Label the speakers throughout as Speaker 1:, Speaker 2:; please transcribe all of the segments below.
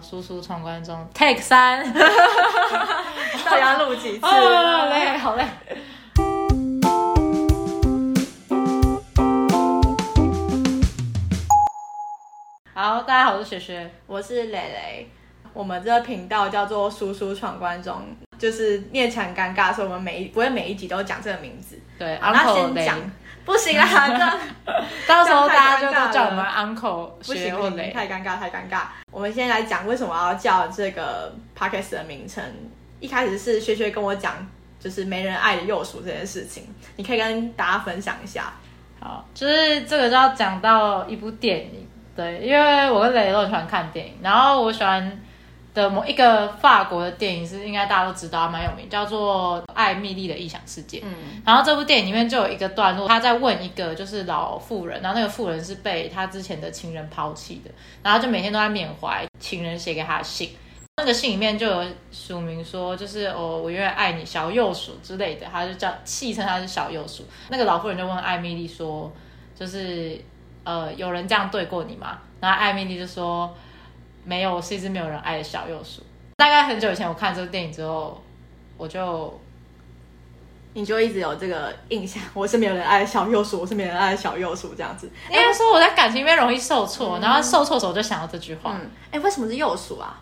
Speaker 1: 输出闯关中，Take 三，
Speaker 2: 到底要录几次？
Speaker 1: 好累，好累。好，大家好，我是雪雪。
Speaker 2: 我是蕾蕾，我们这个频道叫做“叔叔闯关中”，就是念起来很尴尬，所以我们每一不会每一集都讲这个名字。
Speaker 1: 对
Speaker 2: 好，那
Speaker 1: ，Uncle
Speaker 2: 先
Speaker 1: 雷，
Speaker 2: 讲，不行啦，这
Speaker 1: 到时候大家
Speaker 2: 这样太尴
Speaker 1: 就
Speaker 2: 尬
Speaker 1: 都叫我
Speaker 2: 了
Speaker 1: 们 Uncle
Speaker 2: 不
Speaker 1: 学
Speaker 2: 行
Speaker 1: 或
Speaker 2: 不行，
Speaker 1: 雷。
Speaker 2: 太尴尬太尴尬。我们先来讲为什么要叫这个 podcast 的名称。一开始是薛薛跟我讲，就是没人爱的幼鼠这件事情，你可以跟大家分享一下。
Speaker 1: 好，就是这个就要讲到一部电影，对，因为我跟磊都很喜欢看电影，然后我喜欢的某一个法国的电影是应该大家都知道，还蛮有名，叫做《艾米丽的异想世界》。
Speaker 2: 嗯，
Speaker 1: 然后这部电影里面就有一个段落，他在问一个就是老妇人，然后那个妇人是被他之前的情人抛弃的，然后就每天都在缅怀情人写给他的信。那个信里面就有署名说，就是哦，我永远爱你，小幼鼠之类的，他就叫戏称他是小幼鼠。那个老妇人就问艾米丽说，就是呃，有人这样对过你吗？然后艾米丽就说，没有，我是一只没有人爱的小幼鼠。大概很久以前我看这部电影之后，我就
Speaker 2: 你就一直有这个印象，我是没有人爱的小幼鼠，我是没有人爱的小幼鼠这样子。
Speaker 1: 应该说我在感情里面容易受挫，然后受挫的时候我就想到这句话。
Speaker 2: 嗯，哎、为什么是幼鼠啊？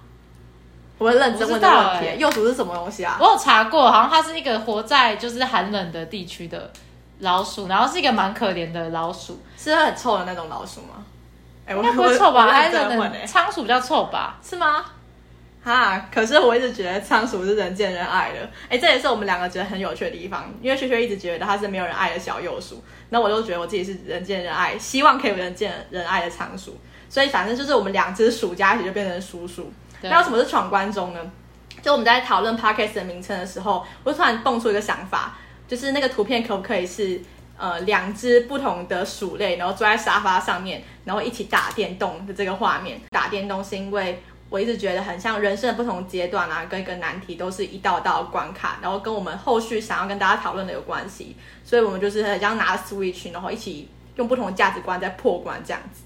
Speaker 2: 我很认真问这个
Speaker 1: 我
Speaker 2: 问
Speaker 1: 不知
Speaker 2: 题、
Speaker 1: 道欸
Speaker 2: 幼鼠是什么东西啊？
Speaker 1: 我有查过，好像它是一个活在就是寒冷的地区的老鼠，然后是一个蛮可怜的老鼠，
Speaker 2: 是很臭的那种老鼠吗？哎、
Speaker 1: 应
Speaker 2: 我
Speaker 1: 该不会臭吧？
Speaker 2: 我我
Speaker 1: 还
Speaker 2: 认
Speaker 1: 是
Speaker 2: 真
Speaker 1: 可
Speaker 2: 问哎、
Speaker 1: 能仓鼠比较臭吧？
Speaker 2: 是吗？哈，可是我一直觉得仓鼠是人见人爱的，哎、这也是我们两个觉得很有趣的地方，因为学学一直觉得它是没有人爱的小幼鼠，那我就觉得我自己是人见人爱，希望可以有人见人爱的仓鼠，所以反正就是我们两只鼠加一起就变成鼠鼠。
Speaker 1: 对
Speaker 2: 那为什么是闯关中呢？就我们在讨论 podcast 的名称的时候，我就突然蹦出一个想法，就是那个图片可不可以是呃两只不同的鼠类，然后坐在沙发上面，然后一起打电动的这个画面？打电动是因为我一直觉得很像人生的不同阶段啊，跟一个难题都是一道道关卡，然后跟我们后续想要跟大家讨论的有关系，所以我们就是很像拿 Switch，然后一起用不同的价值观在破关这样子。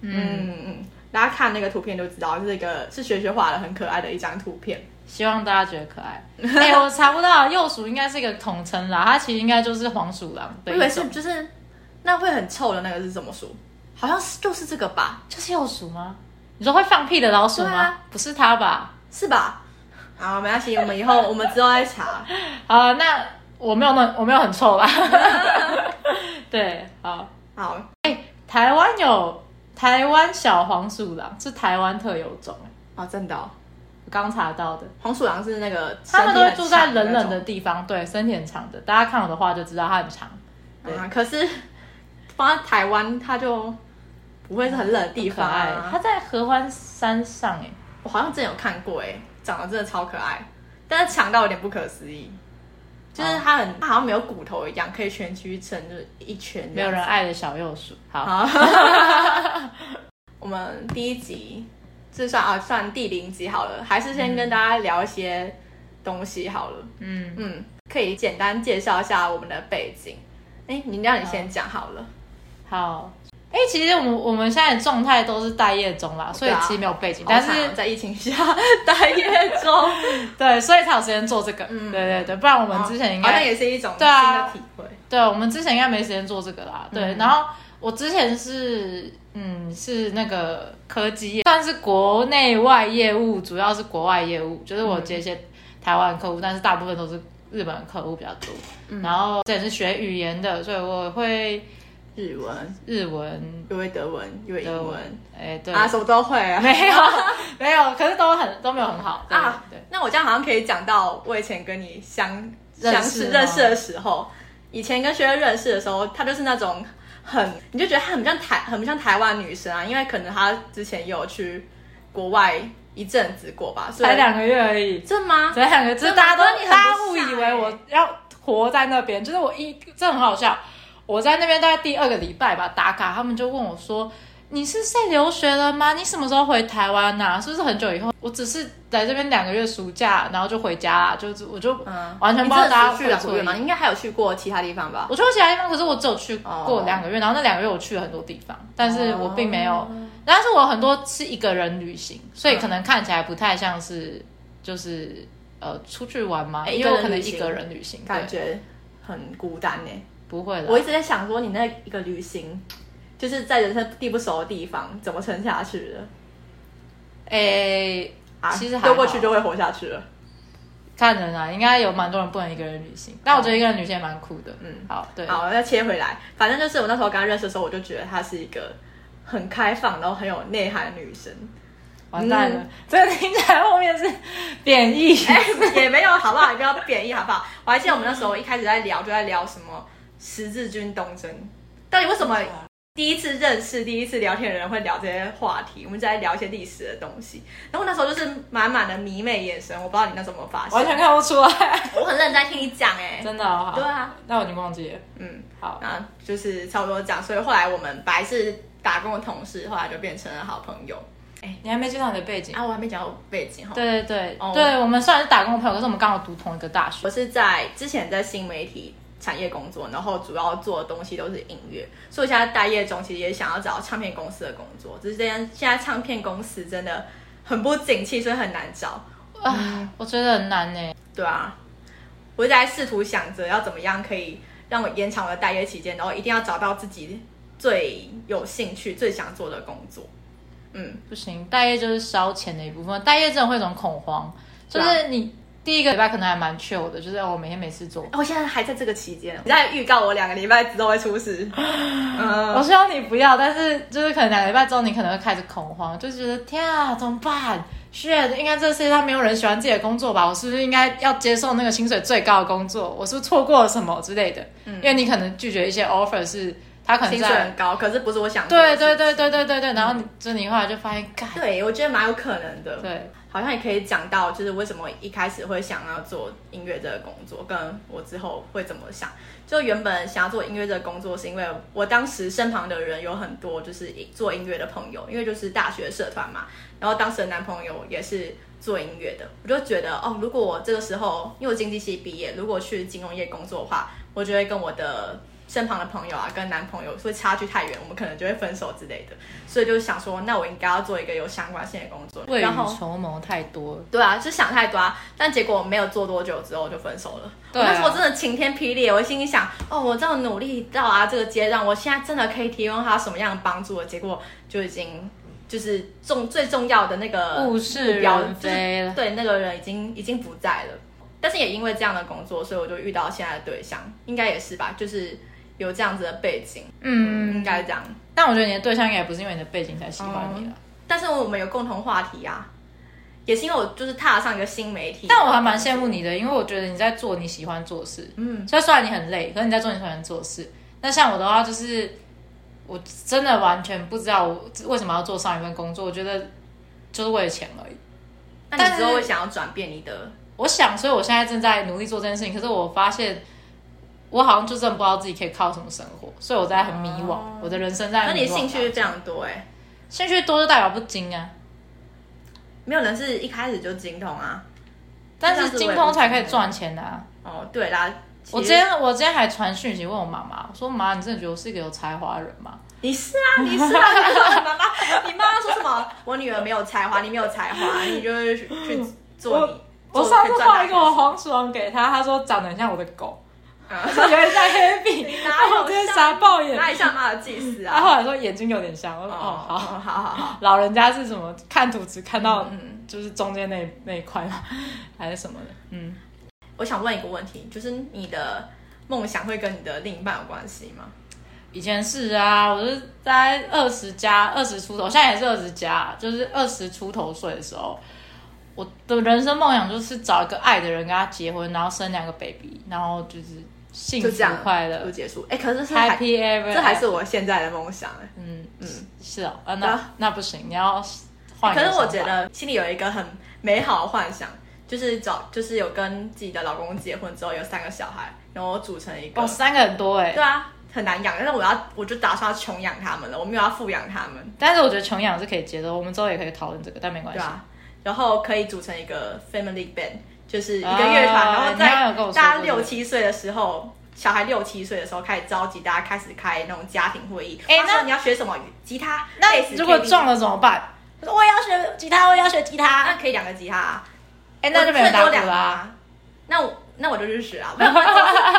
Speaker 1: 嗯，
Speaker 2: 嗯嗯，大家看那个图片就知道，是一个是学学画的很可爱的一张图片。
Speaker 1: 希望大家觉得可爱。 哎、我查不到，幼鼠应该是一个统称啦，它其实应该就是黄鼠狼
Speaker 2: 我
Speaker 1: 的
Speaker 2: 以为
Speaker 1: 一
Speaker 2: 是
Speaker 1: 种，
Speaker 2: 就是那会很臭的那个是什么鼠？好像是就是这个吧？
Speaker 1: 就是幼鼠吗？你说会放屁的老鼠
Speaker 2: 对
Speaker 1: 吗？
Speaker 2: 啊
Speaker 1: 不是它吧？
Speaker 2: 是吧？好，没关系，我们以后我们之后再查。
Speaker 1: 啊、那我没有那我没有很臭啦。 对，好。
Speaker 2: 好，
Speaker 1: 台湾有台湾小黄鼠狼，是台湾特有种，
Speaker 2: 哦，真的、哦，
Speaker 1: 我刚查到的。
Speaker 2: 黄鼠狼是那个身
Speaker 1: 它
Speaker 2: 体
Speaker 1: 们
Speaker 2: 很
Speaker 1: 都会住在
Speaker 2: 长那
Speaker 1: 冷冷
Speaker 2: 种
Speaker 1: 的地方，对，身体很长的。大家看我的话就知道它很长，对
Speaker 2: 啊，可是放在台湾，它就不会是很冷的地
Speaker 1: 很可
Speaker 2: 方、
Speaker 1: 爱。
Speaker 2: 啊。
Speaker 1: 它在合欢山上，哎，
Speaker 2: 我好像真有看过、欸，哎，长得真的超可爱，但是强到有点不可思议，
Speaker 1: 哦
Speaker 2: 就是它很，它好像没有骨头一样，可以蜷曲成就是一圈这
Speaker 1: 没有
Speaker 2: 样子。
Speaker 1: 人爱的小幼鼠。好，
Speaker 2: 好， 我们第一集，这算啊算第零集好了，还是先跟大家聊一些东西好了。
Speaker 1: 嗯，
Speaker 2: 嗯，可以简单介绍一下我们的背景。哎，你让你先讲好了。
Speaker 1: 嗯好。哎、其实我们我们现在的状态都是待业中啦，所以
Speaker 2: 对啊
Speaker 1: 其实没有背景，
Speaker 2: 好
Speaker 1: 但
Speaker 2: 惨 哦
Speaker 1: 是
Speaker 2: 在疫情下待业中，
Speaker 1: 对，所以才有时间做这个。
Speaker 2: 嗯
Speaker 1: 对对对，不 然我们之前应该、
Speaker 2: 哦好像也是一种新
Speaker 1: 对啊
Speaker 2: 的体会。
Speaker 1: 对，我们之前应该没时间做这个啦。对，
Speaker 2: 嗯
Speaker 1: 然后我之前是嗯是那个科技业，算是国内外业务，主要是国外业务，就是
Speaker 2: 嗯
Speaker 1: 我接一些台湾客户，但是大部分都是日本客户比较多。
Speaker 2: 嗯
Speaker 1: 然后这也是学语言的，所以我会
Speaker 2: 日文，
Speaker 1: 日文、
Speaker 2: 又会德文，又会
Speaker 1: 德
Speaker 2: 英
Speaker 1: 文
Speaker 2: 文，
Speaker 1: 哎对，
Speaker 2: 啊，什么都会啊。
Speaker 1: 没有没有，可是都很都没有很好。对
Speaker 2: 啊
Speaker 1: 对。
Speaker 2: 那我这样好像可以讲到我以前跟你相
Speaker 1: 认识
Speaker 2: 相识
Speaker 1: 吗
Speaker 2: 认识的时候，以前跟学生认识的时候，她就是那种很，你就觉得她很像台，很不像台湾女生啊，因为可能她之前也有去国外一阵子过吧，所以
Speaker 1: 才两个月而已，
Speaker 2: 真的吗？
Speaker 1: 这两个字大家
Speaker 2: 真的
Speaker 1: 都
Speaker 2: 你很不
Speaker 1: 大家误以
Speaker 2: 傻欸
Speaker 1: 为我要活在那边，就是我一这很好笑。我在那边大概第二个礼拜吧打卡，他们就问我说：“你是在留学了吗？你什么时候回台湾呐、是不是很久以后？”我只是来这边两个月暑假，然后就回家啦，就是我就
Speaker 2: 嗯，
Speaker 1: 完全
Speaker 2: 你
Speaker 1: 不知道
Speaker 2: 真
Speaker 1: 大家
Speaker 2: 的是去
Speaker 1: 会
Speaker 2: 了
Speaker 1: 不
Speaker 2: 国
Speaker 1: 会
Speaker 2: 外吗？你应该还有去过其他地方吧？
Speaker 1: 我去过其他地方，可是我只有去
Speaker 2: 哦
Speaker 1: 过两个月，然后那两个月我去了很多地方，但是我并没有。但是我很多是一个人旅行，所以
Speaker 2: 嗯
Speaker 1: 可能看起来不太像是就是呃出去玩嘛，
Speaker 2: 哎
Speaker 1: 因为我
Speaker 2: 一
Speaker 1: 可
Speaker 2: 个人
Speaker 1: 能
Speaker 2: 旅
Speaker 1: 一
Speaker 2: 行
Speaker 1: 个人旅行，
Speaker 2: 感
Speaker 1: 对，
Speaker 2: 觉很孤单呢、
Speaker 1: 不会
Speaker 2: 我
Speaker 1: 了
Speaker 2: 一。直在想说，你那一个旅行，就是在人生地不熟的地方，怎么撑下去的？
Speaker 1: 诶、
Speaker 2: 啊，
Speaker 1: 其实还好
Speaker 2: 丢过去就会活下去了。
Speaker 1: 看人啊，应该有蛮多人不能一个人旅行，但我觉得一个人旅行也蛮酷的。嗯，好，对，
Speaker 2: 好，那切回来，反正就是我那时候跟她认识的时候，我就觉得她是一个很开放，然后很有内涵的女生。
Speaker 1: 完蛋
Speaker 2: 嗯
Speaker 1: 了，这个听起来后面是贬义。
Speaker 2: 哎、也没有，好不好？你不要贬义，好不好？我还记得我们那时候一开始在聊，就在聊什么十字军东征，到底为什么第一次认识、第一次聊天的人会聊这些话题？我们就在聊一些历史的东西。然后那时候就是满满的迷妹眼神，我不知道你那时候有没有发
Speaker 1: 完全
Speaker 2: 现。
Speaker 1: 看不出来，
Speaker 2: 我很认真在听你讲、哎，
Speaker 1: 真的、哦、好。
Speaker 2: 对啊，
Speaker 1: 那我已经忘记了。
Speaker 2: 嗯，
Speaker 1: 好，
Speaker 2: 那就是差不多这样。所以后来我们本来是打工的同事，后来就变成了好朋友。
Speaker 1: 你还没介绍你的背景。
Speaker 2: 啊，我还没讲到我背景哈。
Speaker 1: 对对对，
Speaker 2: 哦
Speaker 1: 对我们虽然是打工的朋友，可是我们刚好读同一个大学
Speaker 2: 我。是在之前在新媒体产业工作，然后主要做的东西都是音乐，所以我现在待业中，其实也想要找唱片公司的工作，只是这样现在唱片公司真的很不景气，所以很难找。
Speaker 1: 啊，我觉得很难呢。
Speaker 2: 对啊，我一直在试图想着要怎么样可以让我延长我的待业期间，然后一定要找到自己最有兴趣、最想做的工作。嗯，
Speaker 1: 不行，待业就是烧钱的一部分。待业真的会有一种恐慌，就
Speaker 2: 对啊
Speaker 1: 是你第一个礼拜可能还蛮 chill 的，就是哦我每天没事做。
Speaker 2: 我现在还在这个期间，你在预告我两个礼拜之后会出 事。嗯，
Speaker 1: 我希望你不要，但是就是可能两个礼拜之后，你可能会开始恐慌，就觉得天啊，怎么办？shit，应该这个世界上没有人喜欢自己的工作吧？我是不是应该要接受那个薪水最高的工作？我是不是错过了什么之类的？因为你可能拒绝一些 offer 是，他可能
Speaker 2: 嗯薪水
Speaker 1: 在
Speaker 2: 很高，可是不是我想做的
Speaker 1: 对
Speaker 2: 事情
Speaker 1: 对对对对对对，然后你就你后来就发现，干
Speaker 2: 对，我觉得蛮有可能的。，
Speaker 1: 对，
Speaker 2: 好像也可以讲到，就是为什么一开始会想要做音乐这个工作，跟我之后会怎么想。就原本想要做音乐这个工作，是因为我当时身旁的人有很多就是做音乐的朋友，因为就是大学社团嘛。然后当时的男朋友也是做音乐的，我就觉得哦，如果我这个时候，因为我经济系毕业，如果去金融业工作的话，我就会跟我的身旁的朋友啊，跟男朋友会差距太远，我们可能就会分手之类的。所以就想说，那我应该要做一个有相关性的工作，
Speaker 1: 未雨
Speaker 2: 然后
Speaker 1: 绸缪太多了。
Speaker 2: 对啊，就想太多啊，但结果没有做多久之后就分手了。
Speaker 1: 对啊
Speaker 2: 我那时候真的晴天霹雳，我心里想，哦，我这样努力到啊这个阶段，我现在真的可以提供他什么样的帮助了，结果就已经就是重最重要的那个
Speaker 1: 物是
Speaker 2: 目标
Speaker 1: 人非了
Speaker 2: 就是对那个人已经已经不在了。但是也因为这样的工作，所以我就遇到现在的对象，应该也是吧，就是有这样子的背景，
Speaker 1: 嗯，
Speaker 2: 应该这样。
Speaker 1: 但我觉得你的对象应该也不是因为你的背景才喜欢你了。啊
Speaker 2: 但是我们有共同话题啊，也是因为我就是踏上一个新媒体，
Speaker 1: 但我还蛮羡慕你的，因为我觉得你在做你喜欢做的事。
Speaker 2: 嗯。
Speaker 1: 所以虽然你很累，可是你在做你喜欢做的事。那像我的话，就是我真的完全不知道我为什么要做上一份工作，我觉得就是为了钱而已。
Speaker 2: 那你之后
Speaker 1: 但
Speaker 2: 会
Speaker 1: 是
Speaker 2: 想要转变你的，
Speaker 1: 我想，所以我现在正在努力做这件事情，可是我发现。我好像就真的不知道自己可以靠什么生活，所以我在很迷惘，
Speaker 2: 哦
Speaker 1: 我的人生在
Speaker 2: 那
Speaker 1: 迷惘啊
Speaker 2: 你兴趣是非常多哎、
Speaker 1: 兴趣多就代表不精啊，
Speaker 2: 没有人是一开始就精通啊。
Speaker 1: 但是精通才可以赚钱的啊。
Speaker 2: 哦，对啦，
Speaker 1: 我
Speaker 2: 其
Speaker 1: 今
Speaker 2: 实
Speaker 1: 天我今天还传讯息问我妈妈，我说妈，你真的觉得我是一个有才华的人吗？
Speaker 2: 你是啊，你是啊，你说你妈妈，你妈妈说什么？我女儿没有才华，你没有 才华，你就是去去做你。
Speaker 1: 我
Speaker 2: 做
Speaker 1: 上次
Speaker 2: 去赚
Speaker 1: 画
Speaker 2: 大
Speaker 1: 一
Speaker 2: 钱
Speaker 1: 个我黄鼠狼给她，她说长得很像我的 狗，
Speaker 2: 嗯
Speaker 1: 有点像黑笔，
Speaker 2: 你
Speaker 1: 然
Speaker 2: 哪有
Speaker 1: 后我直接傻爆眼，
Speaker 2: 哪里像妈的祭司
Speaker 1: 她
Speaker 2: 啊？
Speaker 1: 后来说眼睛有点像，我说
Speaker 2: 哦，
Speaker 1: 哦
Speaker 2: 好
Speaker 1: 好，
Speaker 2: 好好好，
Speaker 1: 老人家是什么看图只看到
Speaker 2: 嗯
Speaker 1: 就是中间那那一块吗？ 还是什么的？嗯，
Speaker 2: 我想问一个问题，就是你的梦想会跟你的另一半有关系吗？
Speaker 1: 以前是啊，我是在二十加二十出头，现在也是二十加，就是二十出头岁的时候，我的人生梦想就是找一个爱的人跟他结婚，然后生两个 baby，然后就是幸
Speaker 2: 就这
Speaker 1: 福
Speaker 2: 样
Speaker 1: 快
Speaker 2: 就
Speaker 1: 乐
Speaker 2: 结束。哎、可是是还
Speaker 1: ，Happy Ever，
Speaker 2: 这还是我现在的梦想哎、
Speaker 1: 嗯嗯
Speaker 2: 嗯
Speaker 1: 是哦，啊
Speaker 2: 对
Speaker 1: 那
Speaker 2: 啊
Speaker 1: 那不行，你要换一个
Speaker 2: 可
Speaker 1: 想
Speaker 2: 是
Speaker 1: 法。
Speaker 2: 我觉得心里有一个很美好的幻想，就是找就是有跟自己的老公结婚之后有三个小孩，然后组成一个。
Speaker 1: 哦三个很多哎
Speaker 2: 对，啊，很难养，但是我要我就打算要穷养他们了，我没有要富养他们，
Speaker 1: 但是我觉得穷养是可以接受，我们之后也可以讨论这个，但没关
Speaker 2: 对
Speaker 1: 系。
Speaker 2: 啊，然后可以组成一个 family band，就是一个乐团，
Speaker 1: 啊
Speaker 2: 然后
Speaker 1: 你好像有跟我说过
Speaker 2: 在大家
Speaker 1: 这个
Speaker 2: 六七岁的时候小孩六七岁的时候开始召集大家开始开那种家庭会议。
Speaker 1: 哎
Speaker 2: 他说
Speaker 1: 那
Speaker 2: 你要学什么？吉他。贝斯
Speaker 1: 那如果
Speaker 2: KB
Speaker 1: 中了怎么办？
Speaker 2: 我说我也要学吉他，我也要学吉他，那可以两个吉他、啊。
Speaker 1: 哎，那就没
Speaker 2: 我
Speaker 1: 人
Speaker 2: 最
Speaker 1: 打
Speaker 2: 多
Speaker 1: 鼓
Speaker 2: 两个
Speaker 1: 啦。
Speaker 2: 啊。那我那我就日食啊，没有总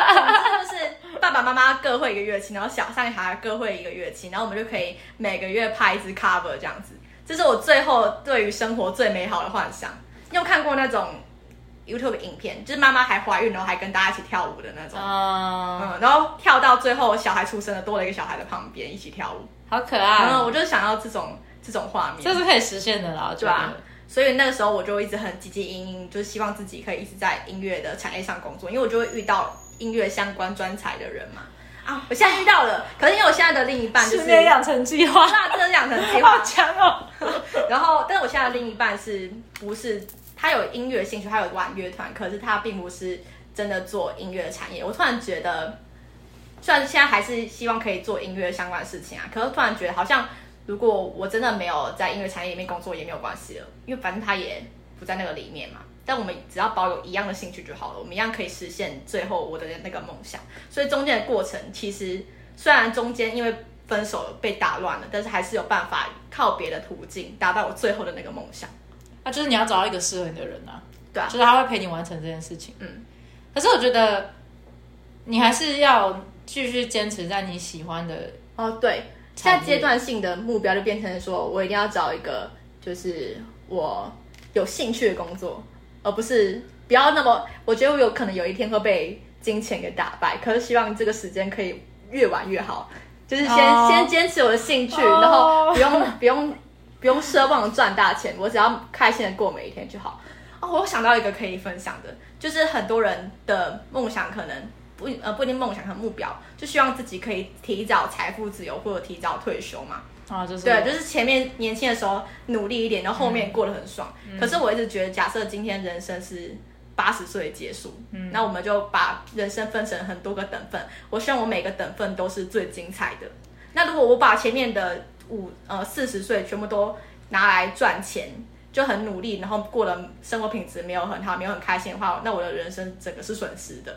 Speaker 2: 之就是 爸爸妈妈各会一个乐器，然后小上小孩各会一个乐器，然后我们就可以每个月拍一支 cover 这样子。这是我最后对于生活最美好的幻想。你有看过那种 YouTube 影片，就是妈妈还怀孕，然后还跟大家一起跳舞的那种，
Speaker 1: 嗯，
Speaker 2: 嗯，然后跳到最后小孩出生了，多了一个小孩在旁边一起跳舞，
Speaker 1: 好可
Speaker 2: 然后
Speaker 1: 爱，
Speaker 2: 我就想要这种这种画面，
Speaker 1: 啊嗯这是可以实现的啦，我觉
Speaker 2: 对啊
Speaker 1: 得。
Speaker 2: 所以那个时候我就一直很积极营营，就是希望自己可以一直在音乐的产业上工作，因为我就会遇到音乐相关专才的人嘛。啊，我现在遇到了，可是因为我现在的另一半就是
Speaker 1: 训练养成计划，
Speaker 2: 那这两层计
Speaker 1: 好
Speaker 2: 划，
Speaker 1: 强哦！
Speaker 2: 然后但是我现在的另一半是不是他有音乐兴趣，他有玩乐团，可是他并不是真的做音乐产业。我突然觉得，虽然现在还是希望可以做音乐相关的事情啊，可是突然觉得好像如果我真的没有在音乐产业里面工作也没有关系了，因为反正他也不在那个里面嘛。但我们只要保有一样的兴趣就好了，我们一样可以实现最后我的那个梦想。所以中间的过程其实虽然中间因为分手了被打乱了，但是还是有办法靠别的途径达到我最后的那个梦想。
Speaker 1: 那啊就是你要找到一个适合你的人啊，
Speaker 2: 对啊
Speaker 1: 就是他会陪你完成这件事情。
Speaker 2: 嗯，
Speaker 1: 可是我觉得你还是要继续坚持在你喜欢的，
Speaker 2: 哦，对，现
Speaker 1: 产业
Speaker 2: 在阶段性的目标就变成说我一定要找一个就是我有兴趣的工作，而不是不要那么，我觉得我有可能有一天会被金钱给打败，可是希望这个时间可以越晚越好，就是先、
Speaker 1: 哦
Speaker 2: 先坚持我的兴趣，
Speaker 1: 哦
Speaker 2: 然后不用不用不用奢望赚大钱，我只要开心的过每一天就好。哦，我想到一个可以分享的，就是很多人的梦想可能不呃不一定梦想和目标，就希望自己可以提早财富自由或者提早退休嘛。
Speaker 1: 啊，就是
Speaker 2: 对，就是前面年轻的时候努力一点，然后后面过得很爽。可是我一直觉得，假设今天人生是八十岁结束，那我们就把人生分成很多个等份。我希望我每个等份都是最精彩的。那如果我把前面的五呃四十岁全部都拿来赚钱，就很努力，然后过了生活品质没有很好，没有很开心的话，那我的人生整个是损失的。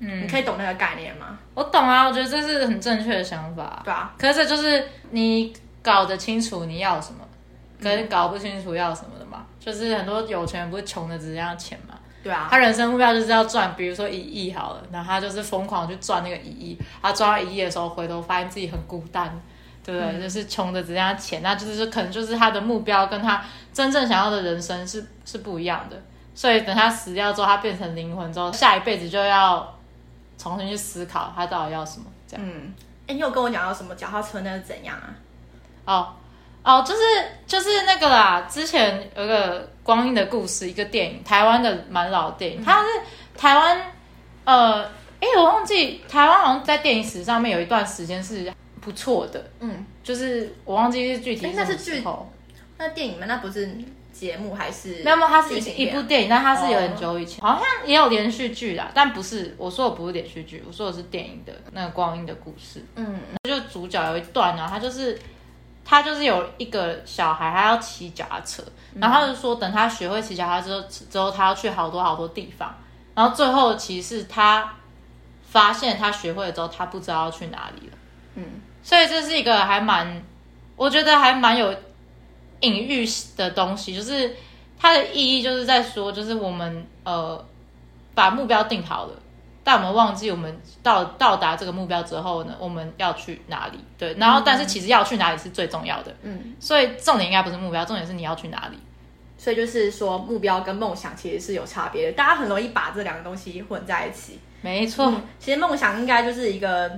Speaker 1: 嗯
Speaker 2: 你，可以懂那个概念吗？
Speaker 1: 我懂啊，我觉得这是很正确的想法。
Speaker 2: 对啊，
Speaker 1: 可是这就是你搞得清楚你要什么，
Speaker 2: 嗯
Speaker 1: 跟搞不清楚要什么的嘛。就是很多有钱人不是穷的只是要钱嘛，
Speaker 2: 对啊，
Speaker 1: 他人生目标就是要赚，比如说一亿好了，然后他就是疯狂去赚那个一亿，他赚到一亿的时候，回头发现自己很孤单，对不对？就是穷的只剩下钱，那就是可能就是他的目标跟他真正想要的人生是是不一样的。所以等他死掉之后，他变成灵魂之后，下一辈子就要重新去思考他到底要什么，这样。
Speaker 2: 嗯，哎、你有跟我讲到什么脚踏车那是怎样啊？
Speaker 1: 哦哦，就是就是那个啦，之前有一个《光阴的故事》，一个电影，台湾的蛮老的电
Speaker 2: 嗯
Speaker 1: 影，它是台湾呃，诶，我忘记台湾好像在电影史上面有一段时间是不错的，
Speaker 2: 嗯，
Speaker 1: 就是我忘记是具体
Speaker 2: 诶
Speaker 1: 什
Speaker 2: 那是
Speaker 1: 么时
Speaker 2: 剧
Speaker 1: 候
Speaker 2: 那电影嘛，那不是节目还是？
Speaker 1: 没有没有，它是
Speaker 2: 剧情
Speaker 1: 一一
Speaker 2: 片啊
Speaker 1: 部电影，但它是有
Speaker 2: 哦
Speaker 1: 很久以前，好像也有连续剧啦，但不是我说的不是连续剧，我说的是电影的那个《光阴的故事》。
Speaker 2: 嗯，
Speaker 1: 就主角有一段呢、啊，他就是他就是有一个小孩，他要骑脚踏车，然后他就说等他学会骑脚踏车之后之后，他要去好多好多地方，然后最后其实他发现他学会了之后，他不知道要去哪里了。
Speaker 2: 嗯，
Speaker 1: 所以这是一个还蛮，我觉得还蛮有隐喻的东西，就是它的意义就是在说，就是我们呃把目标定好了，但我们忘记我们到到达这个目标之后呢，我们要去哪里？对，然后但是其实要去哪里是最重要的，
Speaker 2: 嗯，
Speaker 1: 所以重点应该不是目标，重点是你要去哪里。
Speaker 2: 所以就是说目标跟梦想其实是有差别的，大家很容易把这两个东西混在一起。嗯
Speaker 1: 没错，
Speaker 2: 其实梦想应该就是一个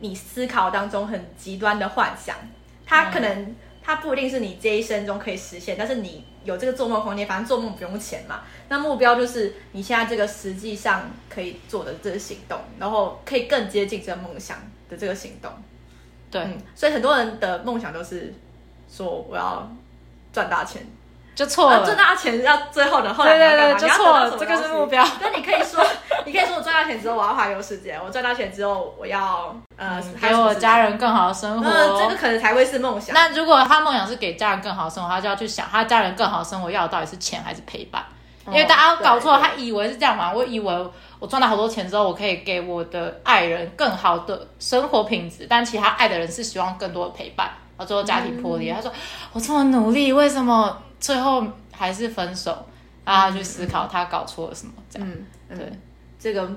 Speaker 2: 你思考当中很极端的幻想，它可能、
Speaker 1: 嗯
Speaker 2: 它不一定是你这一生中可以实现，但是你有这个做梦空间，反正做梦不用钱嘛。那目标就是你现在这个实际上可以做的这个行动，然后可以更接近这个梦想的这个行动。
Speaker 1: 对，
Speaker 2: 嗯，所以很多人的梦想都是说我要赚大钱，
Speaker 1: 就错
Speaker 2: 啊
Speaker 1: 了，
Speaker 2: 赚大钱要最后的，后来
Speaker 1: 对
Speaker 2: 你要
Speaker 1: 对对，
Speaker 2: 干嘛
Speaker 1: 就
Speaker 2: 你要
Speaker 1: 错
Speaker 2: 得
Speaker 1: 了
Speaker 2: 到，什
Speaker 1: 这
Speaker 2: 么
Speaker 1: 个
Speaker 2: 东
Speaker 1: 是
Speaker 2: 西
Speaker 1: 目标。
Speaker 2: 那你可以说，你可以说我赚到钱之后我要环游世界，我赚到钱之后我要呃，
Speaker 1: 嗯给
Speaker 2: 还有什么
Speaker 1: 我
Speaker 2: 事情
Speaker 1: 家人更好的生活，
Speaker 2: 呃，这个可能才会是梦想。
Speaker 1: 那如果他梦想是给家人更好的生活，他就要去想他家人更好的生活要的到底是钱还是陪伴。因为大家搞错，
Speaker 2: 对对
Speaker 1: 他哦以为是这样嘛，我以为我赚到好多钱之后，我可以给我的爱人更好的生活品质，但其实他爱的人是希望更多的陪伴，然后最后家庭破裂，他说我这么努力，为什么最后还是分手？然后他去思考他搞错了什么，这样、
Speaker 2: 嗯，嗯
Speaker 1: 对，
Speaker 2: 这个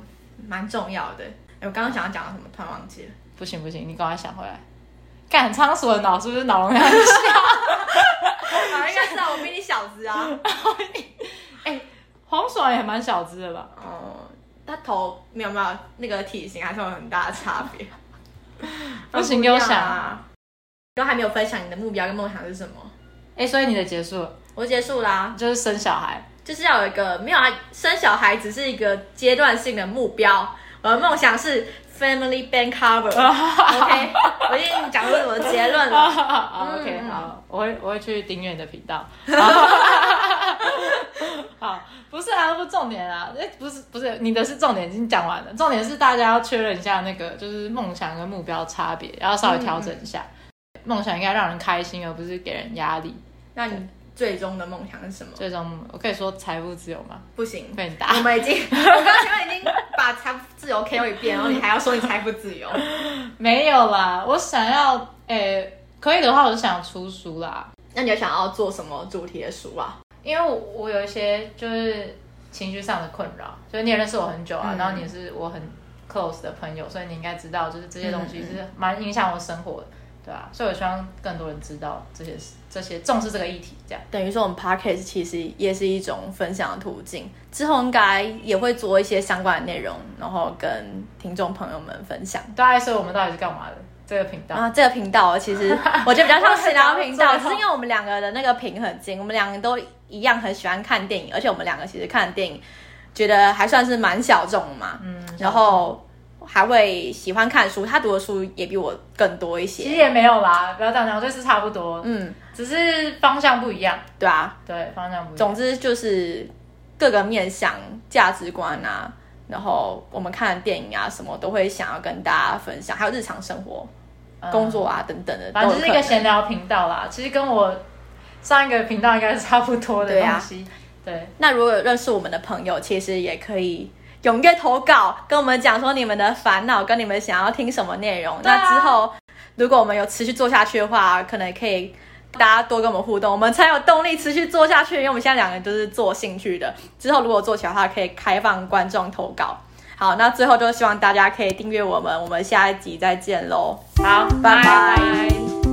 Speaker 2: 蛮重要的。哎，我刚刚想要讲到什么，突然忘记了。
Speaker 1: 不行不行，你赶快想回来。干很仓鼠的脑是不是脑容量很小？
Speaker 2: 啊，应该 是啊，我比你小只啊。
Speaker 1: 黄爽也蛮小只的吧？
Speaker 2: 哦，他头没有没有那个体型还是有很大的差别。
Speaker 1: 不行给我想
Speaker 2: 啊！都还没有分享你的目标跟梦想是什么？
Speaker 1: 哎、所以你的结束了
Speaker 2: 我结束啦，
Speaker 1: 就是生小 孩，
Speaker 2: 就是要有一个没有啊，生小孩只是一个阶段性的目标。我的梦想是 family bank cover。OK，我已经讲出我的结论
Speaker 1: 啊
Speaker 2: 了。
Speaker 1: 好
Speaker 2: 嗯
Speaker 1: ，OK，
Speaker 2: 嗯
Speaker 1: 好，我会我会去订阅你的频 道。好，不是啊，不是重点啊，哎，不是不是，你的是重点已经讲完了，重点是大家要确认一下那个就是梦想跟目标差别，然后稍微调整一
Speaker 2: 嗯
Speaker 1: 下。梦想应该让人开心，而不是给人压力。
Speaker 2: 那你最终的梦想是什么？
Speaker 1: 最终，我可以说财富自由吗？
Speaker 2: 不行，
Speaker 1: 被你打
Speaker 2: 我。们已经，我刚刚已经把财富自由 KO 一遍，然后你还要说你财富自由。
Speaker 1: 没有啦，我想要，诶、可以的话，我就想出书啦。
Speaker 2: 那你有想要做什么主题的书啊？
Speaker 1: 因为我我有一些就是情绪上的困扰，就是你也认识我很久啊，
Speaker 2: 嗯
Speaker 1: 然后你也是我很 close 的朋友，所以你应该知道，就是这些东西是蛮影响我生活的，对啊，所以我希望更多人知道这些事，这些重视这个议题，这样。
Speaker 2: 等于说我们 podcast 其实也是一种分享的途径，之后应该也会做一些相关的内容，然后跟听众朋友们分享。
Speaker 1: 对啊，所以我们到底是干嘛的？这个频道，
Speaker 2: 啊，这个频道其 实我觉得比较像闲聊频
Speaker 1: 我
Speaker 2: 道，
Speaker 1: 也想到最后
Speaker 2: 只是因为我们两个的那个平衡性，我们两个都一样很喜欢看电影，而且我们两个其实看电影觉得还算是蛮小众的嘛，
Speaker 1: 嗯，
Speaker 2: 然后还会喜欢看书，他读的书也比我更多一
Speaker 1: 其实
Speaker 2: 些，
Speaker 1: 也没有啦，不要这样讲，就是差不多，
Speaker 2: 嗯，
Speaker 1: 只是方向不一样，
Speaker 2: 对啊，
Speaker 1: 对，方向不一样。
Speaker 2: 总之就是各个面向、价值观啊，然后我们看的电影啊，什么都会想要跟大家分享，还有日常生活、
Speaker 1: 嗯
Speaker 2: 工作啊等等的，
Speaker 1: 反正
Speaker 2: 都
Speaker 1: 就是
Speaker 2: 有
Speaker 1: 一个
Speaker 2: 可能
Speaker 1: 闲聊频道啦，其实跟我上一个频道应该是差不多的
Speaker 2: 对啊
Speaker 1: 东西，对。
Speaker 2: 那如果有认识我们的朋友，其实也可以。踊跃投稿，跟我们讲说你们的烦恼，跟你们想要听什么内容。
Speaker 1: 对啊
Speaker 2: 那之后，如果我们有持续做下去的话，可能可以大家多跟我们互动，我们才有动力持续做下去。因为我们现在两个人都是做兴趣的，之后如果做起来的话，可以开放观众投稿。好，那最后就希望大家可以订阅我们，我们下一集再见喽，
Speaker 1: 好，
Speaker 2: 拜
Speaker 1: 拜
Speaker 2: 拜
Speaker 1: 拜